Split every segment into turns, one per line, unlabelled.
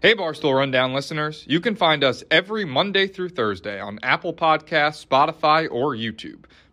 Hey, Barstool Rundown listeners. You can find us every Monday through Thursday on Apple Podcasts, Spotify, or YouTube.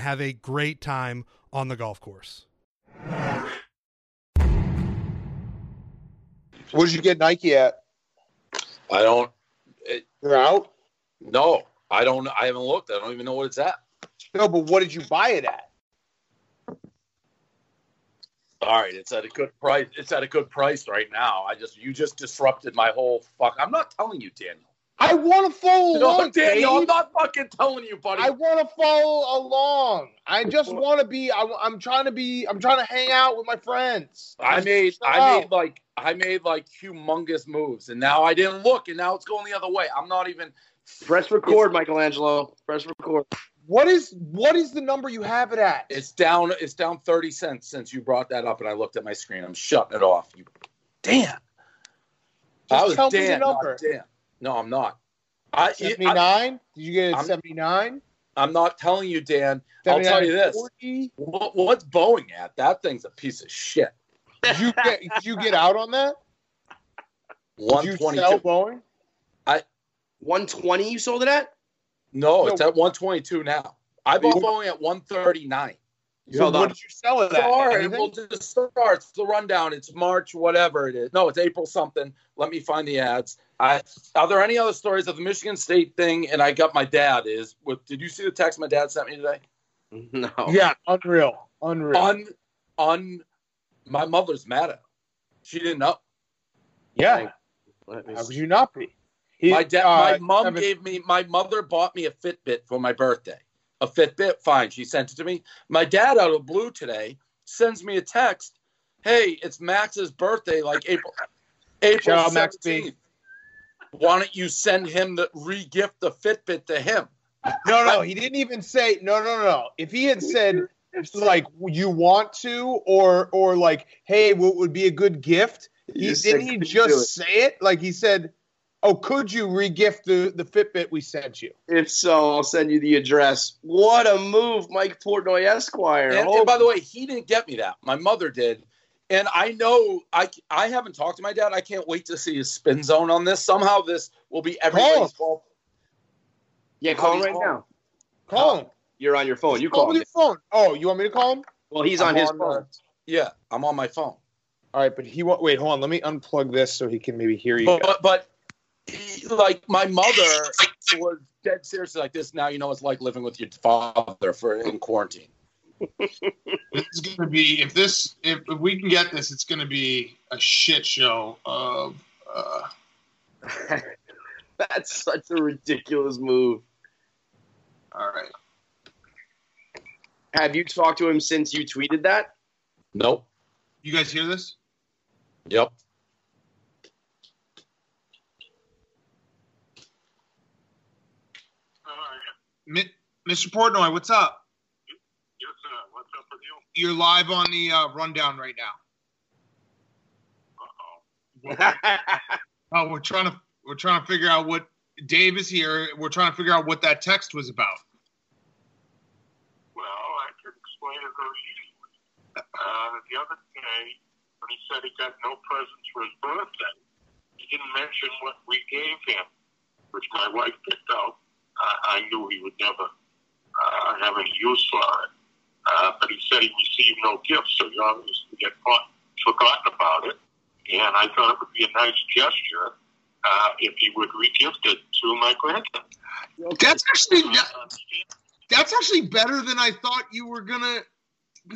have a great time on the golf course.
Where'd you get Nike at?
I don't.
You're out.
No, I don't. I haven't looked. I don't even know what it's at.
No, but what did you buy it at?
All right, it's at a good price. It's at a good price right now. I just you just disrupted my whole fuck. I'm not telling you, Daniel.
I want to follow
No,
along,
Daniel, I'm
Dave.
not fucking telling you, buddy.
I want to follow along. I just want to be. I, am trying to be. I'm trying to hang out with my friends.
I made
Oh.
I made like I made like humongous moves, and now I didn't look, and now it's going the other way. I'm not even.
Press record, Michelangelo. Press record.
What is what is the number you have it at?
It's down. It's down thirty cents since you brought that up, and I looked at my screen. I'm shutting it off. You, Dan.
Just
I was
tell me the
Dan, not
number.
Dan. No, I'm not. I,
seventy
I
nine. Did you get it at
I'm-
seventy nine?
I'm not telling you, Dan. I'll tell you this. What, what's Boeing at? That thing's a piece of shit.
Did you get did you get out on that? Did you sell
122.
Boeing?
120 you sold it at?
No, it's
No.
at 122 now. I bought
You-
Boeing at 139.
You
So
held
what
on.
did you sell it at?
Sorry,
Anything?
we'll just start. It's the rundown. It's March, whatever it is. No, it's April something. Let me find the ads. I, are there any other stories of the Michigan State thing? And I got my dad is. With, did you see the text my dad sent me today?
No.
Yeah, unreal, unreal.
On, on, my mother's mad at. him. She didn't know.
yeah,
Let me
how
see.
could you not be? He-
My dad,
uh,
my mom
Kevin-
gave me, my mother bought me a Fitbit for my birthday. A Fitbit, fine. She sent it to me. My dad, out of the blue today, sends me a text. Hey, it's Max's birthday, like April, April
Shout out Max B.
seventeenth. Why don't you send him the re-gift the Fitbit to him?
No, no, he didn't even say no, no, no. If he had said like you want to or or like hey, what would be a good gift? He,
Just
didn't
said,
he
"Could you
just
do it?"
say it? Like he said, "Oh, could you regift the the Fitbit we sent you?"
If so, I'll send you the address. What a move, Mike Portnoy Esquire.
And,
Oh,
and by the way, he didn't get me that. My mother did. And I know I I haven't talked to my dad. I can't wait to see his spin zone on this. Somehow this will be everybody's fault.
yeah, call him right
Oh.
now.
Call him.
You're on your phone. Oh, You
Just call
call
with
him.
your phone. Oh, you want me to call him?
Well, he's
I'm
on his
on, uh,
phone.
Yeah, I'm on my phone.
All right, but he won't. Wait, hold on. Let me unplug this so he can maybe hear you.
But, but, but he- like my mother was dead serious like this. Now you know it's like living with your father for in quarantine.
It's going to be if this if, if we can get this, it's going to be a shit show of. Uh,
That's such a ridiculous move.
all right,
Have you talked to him since you tweeted that?
Nope.
you guys hear this?
Yep.
Mi- Mr. Portnoy, what's up?
Yes, sir. What's up with you?
You're live on the uh, rundown right now. Oh, we're trying to we're trying to figure out what Dave is here. We're trying to figure out what that text was about.
Well, I can explain it very easily. Uh, the other day, when he said he got no presents for his birthday, he didn't mention what we gave him, which my wife picked out. I, I knew he would never uh, have any use for it. Uh, but he said he received no gifts, so he obviously had fought, forgotten about it. And I thought it would be a nice gesture uh, if he would regift it to my grandson.
That's actually
Uh,
that's actually better than I thought you were gonna.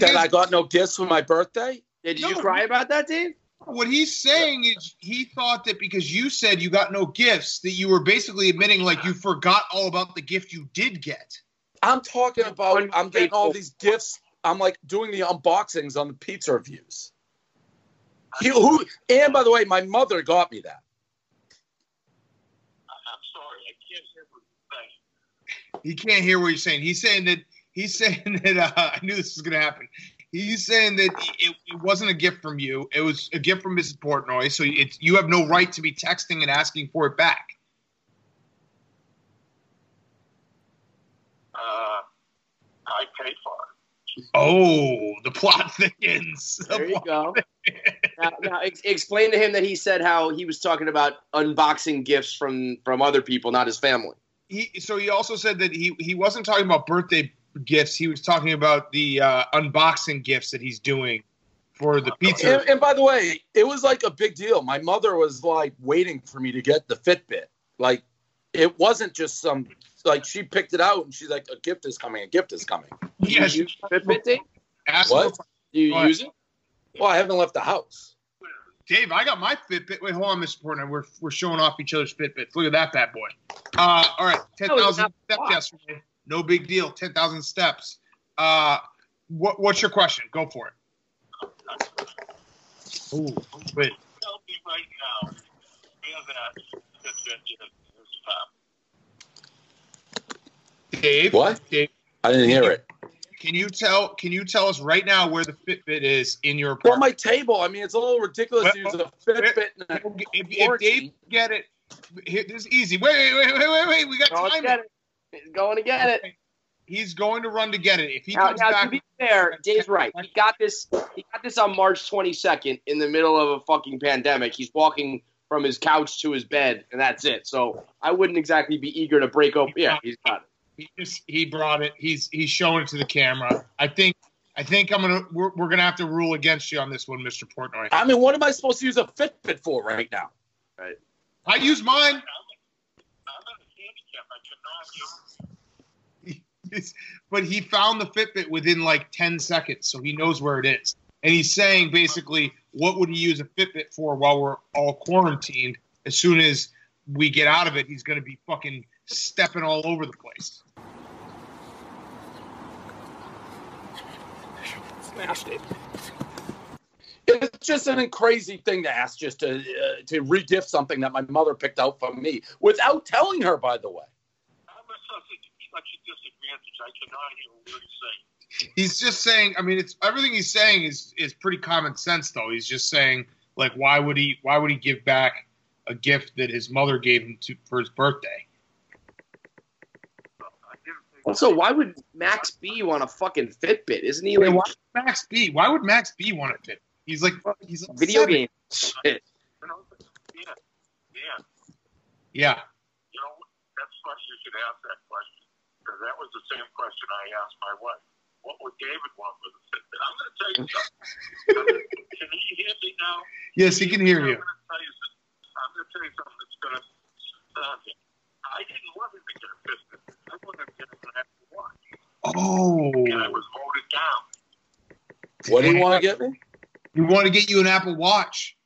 That I got no gifts for my birthday.
Yeah, did you
No.
cry about that, Dave?
What he's saying is he thought that because you said you got no gifts, that you were basically admitting like you forgot all about the gift you did get.
I'm talking about. I'm getting all these gifts. I'm like doing the unboxings on the pizza reviews. He, who? And by the way, my mother got me that.
sorry, I can't hear what
He
you're saying.
can't hear what you're saying. He's saying that he's saying that uh, I knew this was going to happen. He's saying that it, it wasn't a gift from you. It was a gift from Mrs. Portnoy. So it's you have no right to be texting and asking for it back.
Uh, I paid for it.
Oh, the plot thickens. The
There you
plot-
go. now, now ex- explain to him that he said how he was talking about unboxing gifts from from other people, not his family.
He, so he also said that he he wasn't talking about birthday gifts. He was talking about the uh, unboxing gifts that he's doing for
Oh,
the pizza.
And, and by the way, it was like a big deal. My mother was like waiting for me to get the Fitbit. Like, it wasn't just some like she picked it out and she's like, "A gift is coming. A gift is coming."
Do you
Yes,
use Fitbit, Dave?
ask
What?
for-
Do you
All right.
use it?
Well, I haven't left the house.
Dave, I got my Fitbit. Wait, hold on, Mr. Portner. We're, we're showing off each other's Fitbits. Look at that bad boy. Uh, all
Oh,
right, 10,000
That was
steps yesterday. No big deal. 10,000 steps. Uh, what, what's your question? Go for it. Ooh, wait.
Tell me right now where that Fitbit is, is from.
Dave,
What?
Dave,
I didn't hear it.
can you tell can you tell us right now where the Fitbit is in your
Well, my
apartment?
table. I mean, it's a little ridiculous to use a Fitbit. In a
if, if Dave can get it, here, this is easy. Wait, wait, wait, wait, wait, wait. We got
Going to
time.
get it. He's going to get it.
He's going to run to get it. If he
Now,
comes
now,
back,
to be fair, Dave's right. He got this. He got this on March 22nd in the middle of a fucking pandemic. He's walking from his couch to his bed, and that's it. So I wouldn't exactly be eager to break open. Yeah, he's got it.
He just he brought it. He's he's showing it to the camera. I think I think I'm gonna we're, we're gonna have to rule against you on this one, Mr. Portnoy.
I mean, what am I supposed to use a Fitbit for right now?
I use mine.
I'm in a handicap. I cannot use
It's- but he found the Fitbit within like ten seconds, so he knows where it is. And he's saying basically, what would he use a Fitbit for while we're all quarantined? As soon as we get out of it, he's gonna be fucking stepping all over the place.
It's just an crazy thing to ask, just to uh, to regift something that my mother picked out for me without telling her. By the way,
I'm at such a, such a disadvantage. I cannot hear what you're saying.
He's just saying. I mean, it's everything he's saying is is pretty common sense, though. He's just saying like, why would he? Why would he give back a gift that his mother gave him to, for his birthday?
I didn't think
Also, why would Max B want a fucking Fitbit? Isn't he
Wait,
like
why would Max B? Why would Max B want a Fitbit? He's like, he's like
video
seven.
game shit?
you know, yeah, yeah.
Yeah,
You know, that's funny you should ask that question. Because that was the same question I asked my wife. What would David want with a Fitbit? I'm going to tell you something. Can he hear me now?
yes, he can hear you.
I'm gonna tell you something. I'm going to tell you something that's going to stop you. I didn't want him to get a Fitbit. I wanted him to get an Apple Watch.
Oh,
And I was voted down.
what do you want to get me?
we want to get you an Apple Watch.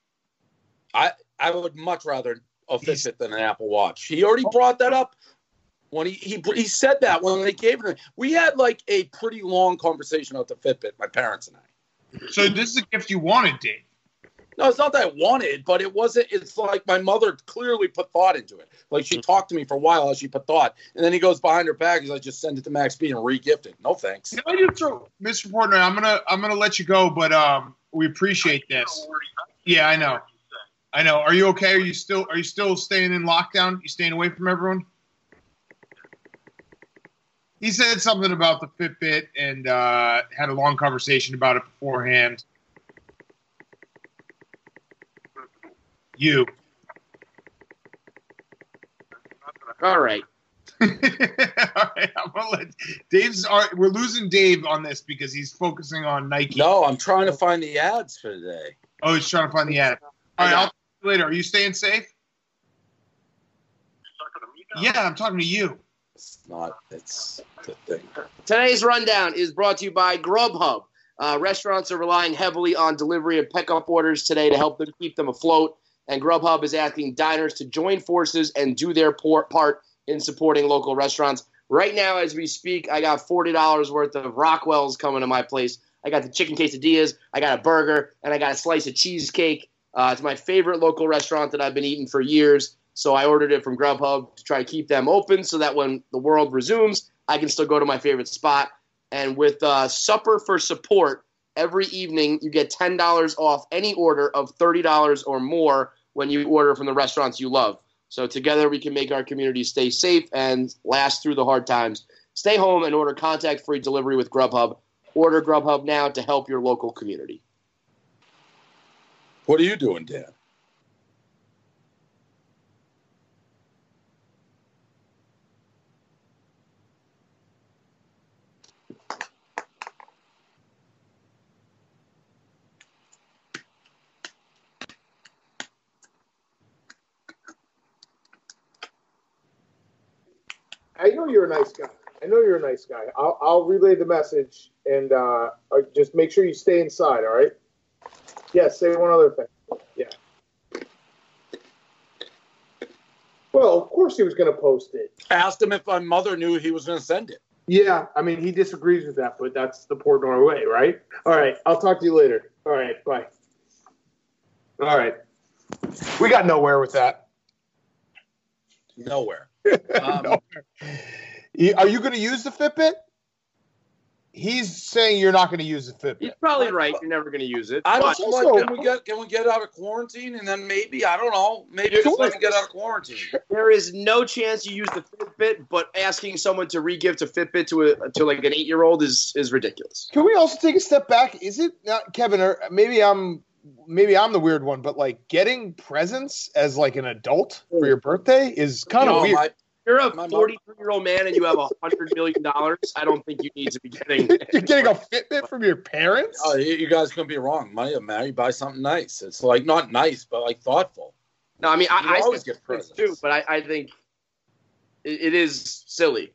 I would much rather a
He's-
Fitbit than an Apple Watch. He already brought that up when he, he he said that when they gave it. We had like a pretty long conversation about the Fitbit, my parents and I.
So this is a gift you wanted, Dave.
No, it's not that I wanted, but it wasn't. It's like my mother clearly put thought into it. Like she talked to me for a while as she put thought, and then he goes behind her back. He's like, "Just send it to Max B and re-gift it." No thanks.
Can I just throw, Mr. Portner? I'm gonna I'm gonna let you go, but um, we appreciate this. Yeah, I know. I know. Are you okay? Are you still are you still staying in lockdown? You staying away from everyone? He said something about the Fitbit and uh, had a long conversation about it beforehand. You.
All right.
All right, I'm gonna let Dave's. All right, we're losing Dave on this because he's focusing on Nike.
No, I'm trying to find the ads for today.
Oh, he's trying to find the ad. All right, I'll talk to you later. Are you staying safe? Yeah, I'm talking to you.
It's not. It's the thing.
Today's rundown is brought to you by Grubhub. Uh, restaurants are relying heavily on delivery and pickup orders today to help them keep them afloat, and Grubhub is asking diners to join forces and do their por- part in supporting local restaurants. Right now, as we speak, I got forty dollars worth of Rockwell's coming to my place. I got the chicken quesadillas, I got a burger, and I got a slice of cheesecake. Uh, it's my favorite local restaurant that I've been eating for years. So I ordered it from Grubhub to try to keep them open so that when the world resumes, I can still go to my favorite spot. And with uh, Supper for Support, every evening you get $10 off any order of $30 or more when you order from the restaurants you love. So together we can make our community stay safe and last through the hard times. Stay home and order contact free delivery with Grubhub. Order Grubhub now to help your local community.
What are you doing, Dan?
I know you're a nice guy. I know you're a nice guy. I'll, I'll relay the message and uh, uh, just make sure you stay inside. All right. Yes. Say one other thing. Yeah. Well, of course he was going to post it.
Asked him if my mother knew he was going to send it.
Yeah, I mean he disagrees with that, but that's the Portnoy way, right? All right. I'll talk to you later. All right. Bye. All right. We got nowhere with that.
Nowhere. Um,
No. Y- Are you going to use the Fitbit? He's saying you're not going to use the Fitbit.
He's probably right. You're never going to use it.
I
but-
don't know. like,
also-
can we get can we get out of quarantine and then maybe I don't know maybe just let me get out of quarantine.
There is no chance you use the Fitbit, but asking someone to regift a Fitbit to a to like an eight year old is is ridiculous.
Can we also take a step back? Is it not Kevin or maybe I'm maybe I'm the weird one, but like getting presents as like an adult for your birthday is kind of
No,
weird.
Oh, my-
You're a
My mom-
43 year old man and you have a hundred million dollars. I don't think you need to be getting.
You're getting a Fitbit from your parents?
oh, you you guys gonna be wrong. Money, Mary, buy something nice. It's like not nice, but like thoughtful.
No, I mean
You
I, I
always
always
get
get
presents.
too, but I, I think it, it is silly.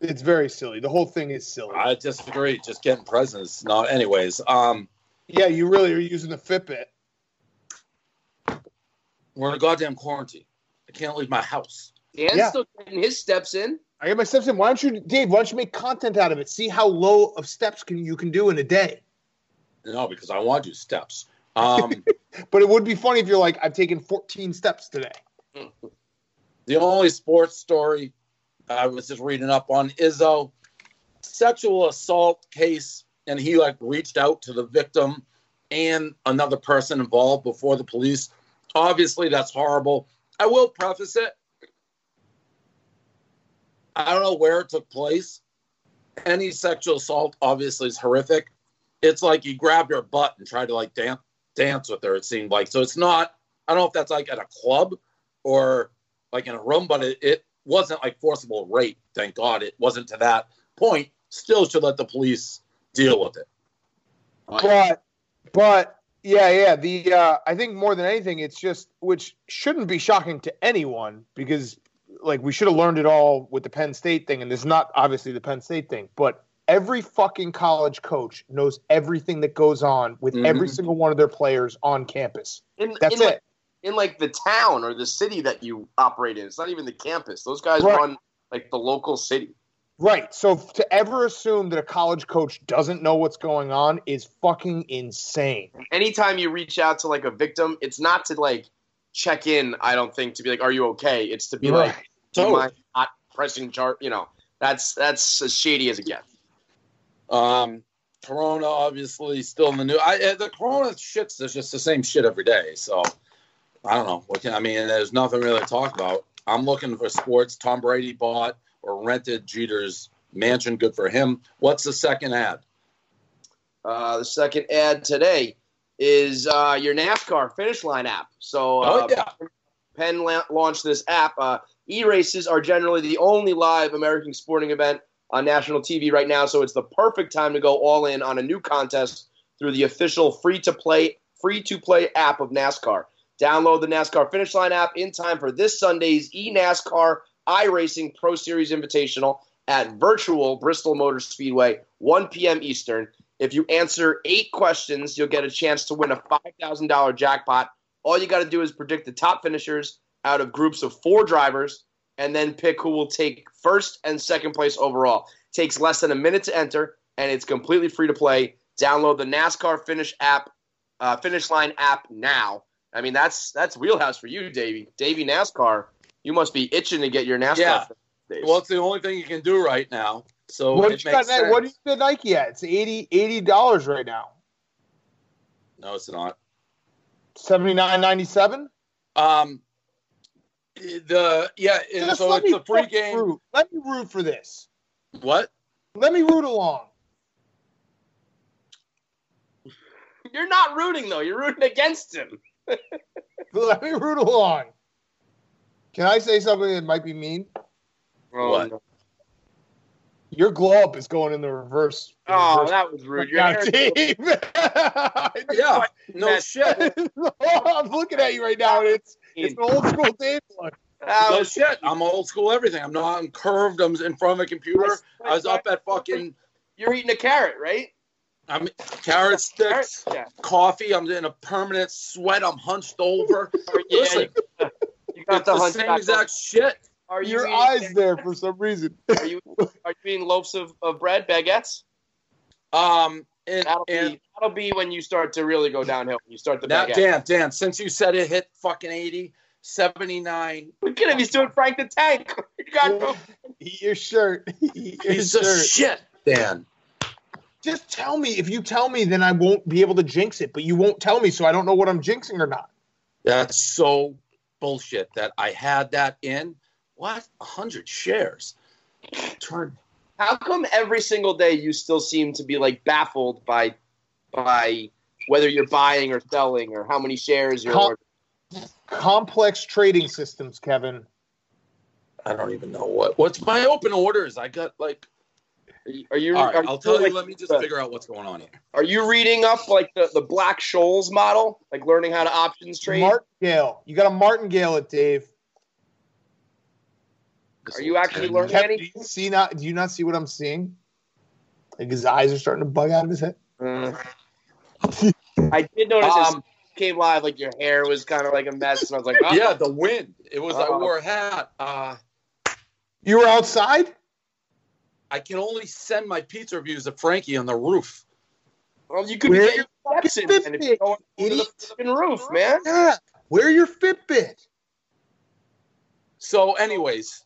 It's very silly. The whole thing is silly.
I disagree. Just getting presents, not anyways. Um,
yeah, you really are using the Fitbit.
we're in a goddamn quarantine. I can't leave my house.
Dan's
Yeah.
still getting his steps in.
I get my steps in. Why don't you, Dave? Why don't you make content out of it? See how low of steps can you can do in a day.
No, because I want to do steps. Um,
But it would be funny if you're like, I've taken 14 steps today.
the only sports story I was just reading up on Izzo sexual assault case, and he like reached out to the victim and another person involved before the police. Obviously, that's horrible. I will preface it. I don't know where it took place. Any sexual assault obviously is horrific. It's like you grabbed her butt and tried to like dance dance with her. It seemed like so. It's not. I don't know if that's like at a club or like in a room, but it, it wasn't like forcible rape. Thank God it wasn't to that point. Still should let the police deal with it.
but but yeah yeah the uh, i think more than anything it's just which shouldn't be shocking to anyone because like we should have learned it all with the penn state thing and this is not obviously the penn state thing but every fucking college coach knows everything that goes on with every
Mhm.
single one of their players on campus
In,
that's
in
it
Like, in like the town or the city that you operate in. It's not even the campus. Those guys
Right.
run like the local city.
right so f- to ever assume that a college coach doesn't know what's going on is fucking insane
anytime you reach out to like a victim, it's not to like check in. I don't think to be like, "Are you okay?" It's to be like,
Right.
"Do you
Totally.
mind not pressing chart?" You know, that's that's as shady as it gets.
Um, corona obviously still in the new. I, uh, the Corona shits. There's just the same shit every day. So I don't know. What can I mean? There's nothing really to talk about. I'm looking for sports. Tom Brady bought or rented Jeter's mansion. Good for him. What's the second ad?
Uh, the second ad today is uh, your NASCAR Finish Line app. So uh,
oh yeah.
Penn la- launched this app. Uh, e races are generally the only live American sporting event on national TV right now, so it's the perfect time to go all in on a new contest through the official free to play free to play app of NASCAR. Download the NASCAR Finish Line app in time for this Sunday's eNASCAR iRacing Pro Series Invitational at virtual Bristol Motor Speedway, 1 p.m. Eastern. If you answer eight questions, you'll get a chance to win a $5,000 jackpot. All you got to do is predict the top finishers out of groups of four drivers and then pick who will take first and second place overall. Takes less than a minute to enter and it's completely free to play. Download the NASCAR Finish app, uh, Finish Line app now I mean, that's that's wheelhouse for you, Davey. Davey NASCAR, you must be itching to get your NASCAR.
Yeah.
fix these days.
Well, it's the only thing you can do right now. So
what,
it
you got,
makes
Nike-
sense.
what is the Nike at? It's 80 dollars right now.
No, it's not.
Seventy nine ninety seven.
Um, the yeah, and so it's a free game.
Root. Let me root for this.
What?
Let me root along.
you're not rooting though. You're rooting against him.
Let me root along. Can I say something that might be mean?
What?
Your glove is going in the reverse.
Oh,
reverse
that was rude. You're
now,
irritating.
team.
Yeah, no shit,
I'm looking at you right now, and it's it's an old school Dave look.
That
no
was-
shit. I'm old school. Everything. I'm not. I'm curved. I'm in front of a computer. I was up at fucking.
You're eating a carrot, right?
I'm carrot
Carrot?
sticks,
Yeah.
coffee. I'm in a permanent sweat. I'm hunched over.
Yeah,
Listen,
you, you got
it's
the,
the
hunch.
same exact shit.
Are you
Your
eating,
eyes there for some reason.
Are you are you eating loaves of, of bread, baguettes?
Um, and,
That'll be
and
that'll be when you start to really go downhill. When you start the
now,
baguette.
Dan, Dan, since you said it hit fucking 80, 79,
Look at him. He's doing Frank the Tank. You got no-
Eat your shirt. Eat your
piece of
shirt.
shit, Dan.
Just tell me. If you tell me, then I won't be able to jinx it. But you won't tell me, so I don't know what I'm jinxing or not.
That's so bullshit that I had that in what a hundred shares. Turn
How come every single day you still seem to be like baffled by by whether you're buying or selling or how many shares you're
How-
ordering?
Complex trading systems, Kevin.
I don't even know what what's my open orders. I got like
Are you? Are you
all right,
are
I'll tell you.
like-
Let me just figure out what's going on here.
Are you reading up like the, the Black Scholes model, like learning how to options trade?
Martingale. You got a martingale it, Dave.
Are you actually learning
Kevin, do
anything?
you see not? Do you not see what I'm seeing? Like his eyes are starting to bug out of his head.
Uh, I did notice as
Um,
you came live, like your hair was kind of like a mess, and I was like, oh,
yeah, the wind. It was I
Uh-oh.
wore a hat. Uh,
You were outside.
I can only send my pizza reviews to Frankie on the roof.
well, you could
Where
be getting your steps in,
Fitbit,
and if you're going to the
idiot?
fucking roof, man.
Yeah. Where your Fitbit?
So, anyways,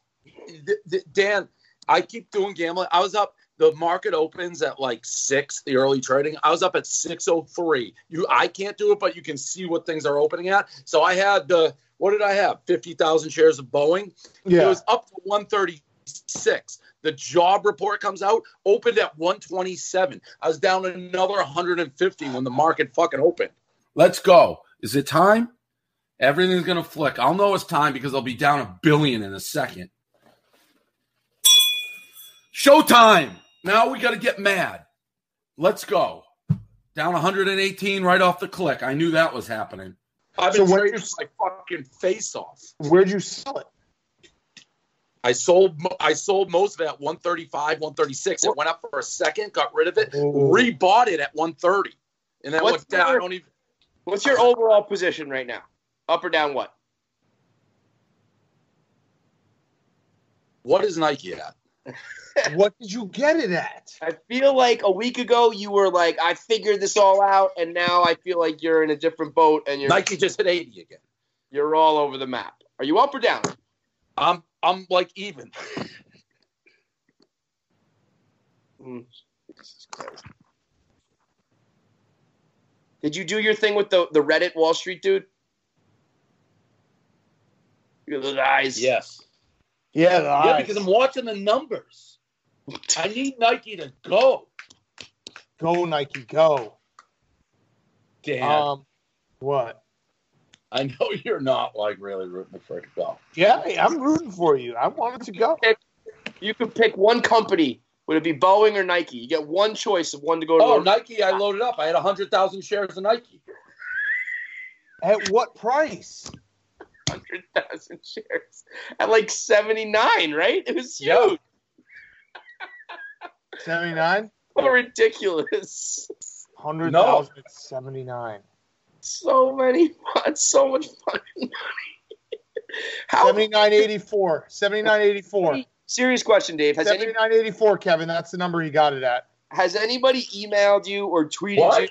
th- th- Dan, I keep doing gambling. I was up. The market opens at like six. The early trading. I was up at six oh three. You, I can't do it, but you can see what things are opening at. So I had the. What did I have? Fifty thousand shares of Boeing. It was up to one thirty six. The job report comes out. Opened at one twenty seven. I was down another one hundred and fifty when the market fucking opened.
Let's go. Is it time? Everything's going to flick. I'll know it's time because I'll be down a billion in a second. Showtime. Now we got to get mad. Let's go. Down 118 right off the click. I knew that was happening.
I've
So
been
what
trading
you're-
my fucking face off.
Where'd you sell it?
I sold mo- I sold most of it at 135, 136. It went up for a second, got rid of it, rebought it at 130. And then
What's
went down. I
your-
don't even
What's your overall position right now? Up or down? What?
what is Nike at?
what did you get it at?
I feel like a week ago you were like, I figured this all out, and now I feel like you're in a different boat, and you're
Nike just hit 80 again.
you're all over the map. Are you up or down?
I'm I'm like even.
Did you do your thing with the, the Reddit Wall Street dude? Your little eyes.
Yes.
Yeah, the
Yeah,
eyes.
because I'm watching the numbers. I need Nike to go.
go Nike, go.
Dan,
Um, what?
I know you're not like really rooting for it to go.
Yeah, I'm rooting for you. I wanted to go.
You could pick one company. Would it be Boeing or Nike? You get one choice of one to go to.
Oh,
or-
Nike, I loaded up. I had 100,000 shares of Nike.
At what price?
100,000 shares at like 79, right? It was huge.
Yeah.
Seventy nine.
So ridiculous.
Hundred
No.
thousand and seventy nine.
So many, so much fucking money. How?
Seventy nine eighty four. Seventy nine eighty four.
serious question, Dave. Has,
Seventy
any,
nine eighty four, Kevin. That's the number he got it at.
has anybody emailed you or tweeted
What?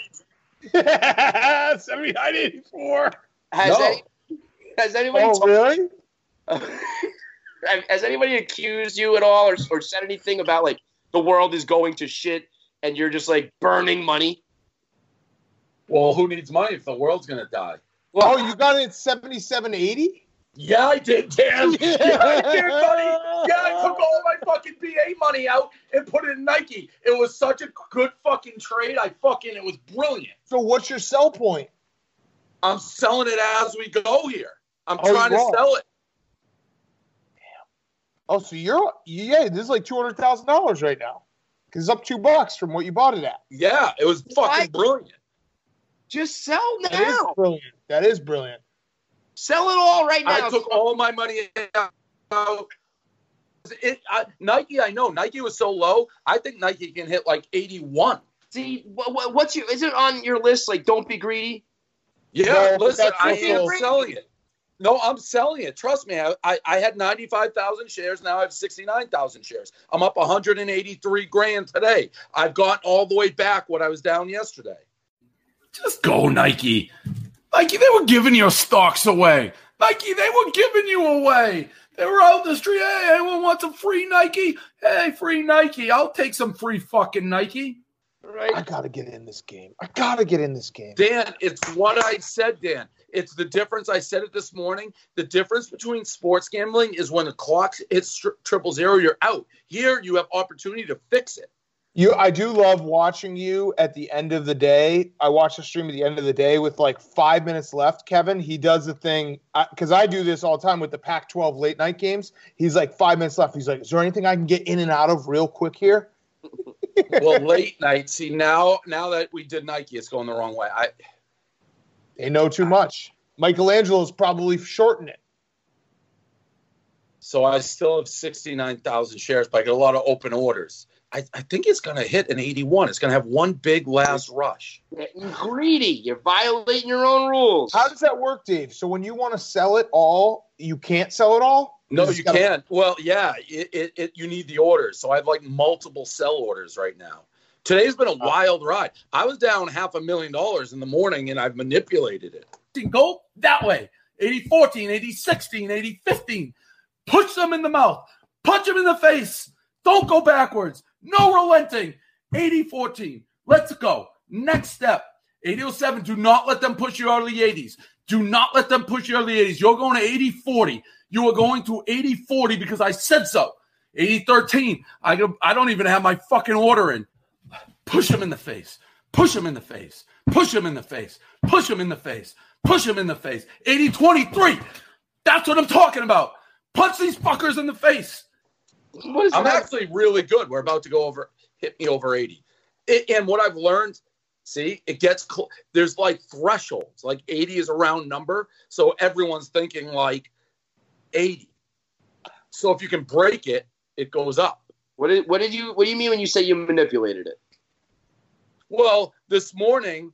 you?
Seventy nine eighty four.
Has
No.
any, has anybody
Oh,
told-
really?
has anybody accused you at all or, or said anything about like the world is going to shit and you're just like burning money?
Well, who needs money if the world's gonna die?
Oh, you got it at 7780?
Yeah, I did, Dan. Yeah, I did, buddy. Yeah, I took all my fucking BA money out and put it in Nike. It was such a good fucking trade. I fucking it was brilliant.
So what's your sell point?
I'm selling it as we go here.
I'm
Oh,
trying
wrong.
to sell it.
Oh, so you're yeah, this is like two hundred thousand dollars right now. Cause it's up two bucks from what you bought it at.
Yeah, it was fucking
Why?
brilliant.
Just sell
That is
now.
brilliant. That is brilliant.
Sell it all right now.
I took all my money out. It, I, Nike, I know Nike was so low. I think Nike can hit like 81.
See, what, what's your? Is it on your list? Like, don't be greedy.
Yeah,
No,
listen,
that's
I
also-
am selling it. No, I'm selling it. Trust me. I, I, I had 95,000 shares. Now I have 69,000 shares. I'm up 183 grand today. I've gone all the way back what I was down yesterday.
Just go, Nike. Nike, they were giving your stocks away. Nike, they were giving you away. They were out in the street. Hey, anyone want some free Nike? Hey, free Nike. I'll take some free fucking Nike.
Right.
I gotta get in this game. I gotta get in this game.
Dan, it's what I said, Dan. It's the difference. I said it this morning. The difference between sports gambling is when the clock hits tri- triple zero, you're out. Here, you have opportunity to fix it.
You, I do love watching you at the end of the day. I watch the stream at the end of the day with like five minutes left. Kevin, he does the thing because I, do this all the time with the Pac-12 late night games. He's like five minutes left. He's like, "Is there anything I can get in and out of real quick here?"
Well, late night. See now, now that we did Nike, it's going the wrong way. I,
They know too much. Michelangelo's probably shorting it.
so I still have sixty nine thousand shares, but I get a lot of open orders. I, I think it's going to hit an eighty one. It's going to have one big last rush.
Getting greedy. You're violating your own rules.
How does that work, Dave? So when you want to sell it all, you can't sell it all.
No,
just
you
gotta-
can't. Well, yeah, it, it, it you need the orders. So I have like multiple sell orders right now. Today's been a wild ride. I was down half a million dollars in the morning and I've manipulated it.
Go that way. 80 14, 80 16, 80 15. Punch them in the mouth. Punch them in the face. Don't go backwards. No relenting. 80 14. Let's go. Next step. 807. Do not let them push you out of the 80s. Do not let them push you out of the 80s. You're going to 80 40. You are going to 80 40 because I said so. 80 13. I, don't- I don't even have my fucking order in. Push them in the face. Push them in the face. Push them in the face. Push them in the face. Push them in the face. 80 23. That's what I'm talking about. Punch these fuckers in the face.
What is
I'm
that?
actually really good. We're about to go over, hit me over 80. It, and what I've learned, see, it gets, cl- there's like thresholds. Like 80 is a round number. So everyone's thinking like 80. So if you can break it, it goes up.
What did, what did you? What do you mean when you say you manipulated it?
Well, this morning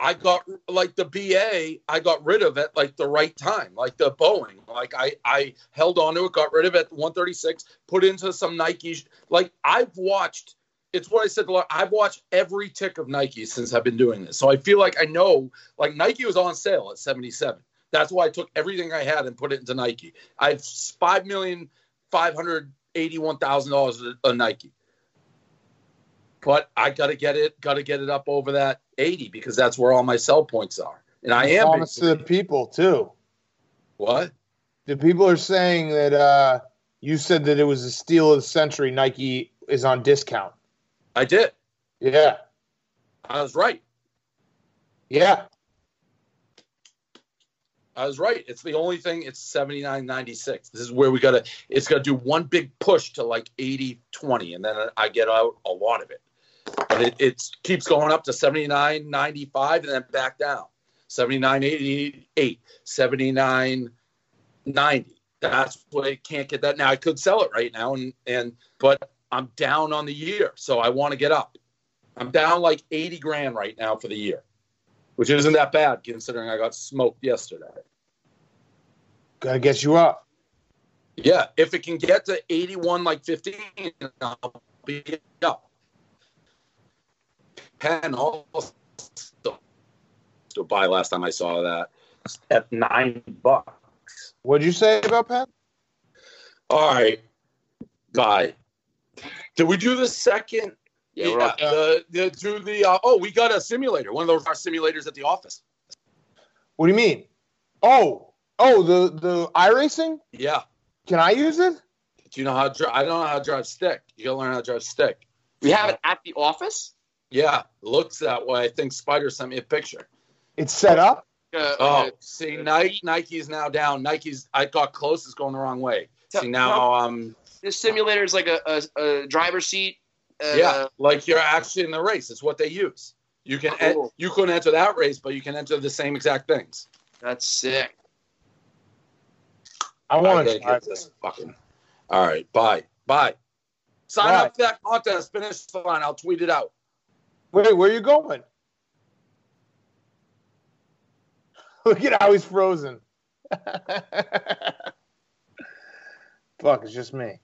I got like the BA, I got rid of at like the right time, like the Boeing. Like I I held on to it, got rid of it at 136, put into some Nike. sh- Like I've watched it's what I said. to Laura, I've watched every tick of Nike since I've been doing this, so I feel like I know. Like Nike was on sale at seventy-seven. That's why I took everything I had and put it into Nike. I have five million five hundred eighty-one thousand dollars of Nike but I gotta get it, gotta get it up over that 80 because that's where all my sell points are. And I am
Promise to the people too.
what?
The people are saying that uh, you said that it was a steal of the century. Nike is on discount.
I did.
Yeah,
I was right.
yeah.
I was right. It's the only thing. It's 79.96. This is where we gotta. It's gotta do one big push to like 80 20, and then I get out a lot of it. But it, it keeps going up to 79.95 and then back down 79.88, 79.90. That's why I can't get that now. I could sell it right now, and and but I'm down on the year, so I want to get up. I'm down like 80 grand right now for the year, which isn't that bad considering I got smoked yesterday.
Gotta get you up.
Yeah, if it can get to 81 like 15, I'll be up. Penn also still buy last time I saw that. at nine bucks.
What'd you say about Pat?
All right, guy. Did we do the second?
Yeah, we're on.
the, the, do the uh, oh, we got a simulator, one of those our simulators at the office.
What do you mean? Oh, oh, the the iRacing?
Yeah.
Can I use it?
Do you know how to drive? I don't know how to drive stick. You gotta learn how to drive stick.
We have it at the office.
Yeah, looks that way. I think Spider sent me a picture.
It's set up.
Uh,
Oh, see, Nike, Nike's now down. Nike's, I got close, it's going the wrong way. See, now, um,
this simulator is like a, a, a driver's seat. Uh,
yeah, like you're actually in the race. It's what they use. You can, en-
Cool.
you couldn't enter that race, but you can enter the same exact things.
that's sick.
I want
gotta
to try
get this fucking. All right, bye, bye. Sign
Bye.
up for that contest. Finish the line. I'll tweet it out.
Wait, where are you going? Look at how he's frozen. Fuck, it's just me.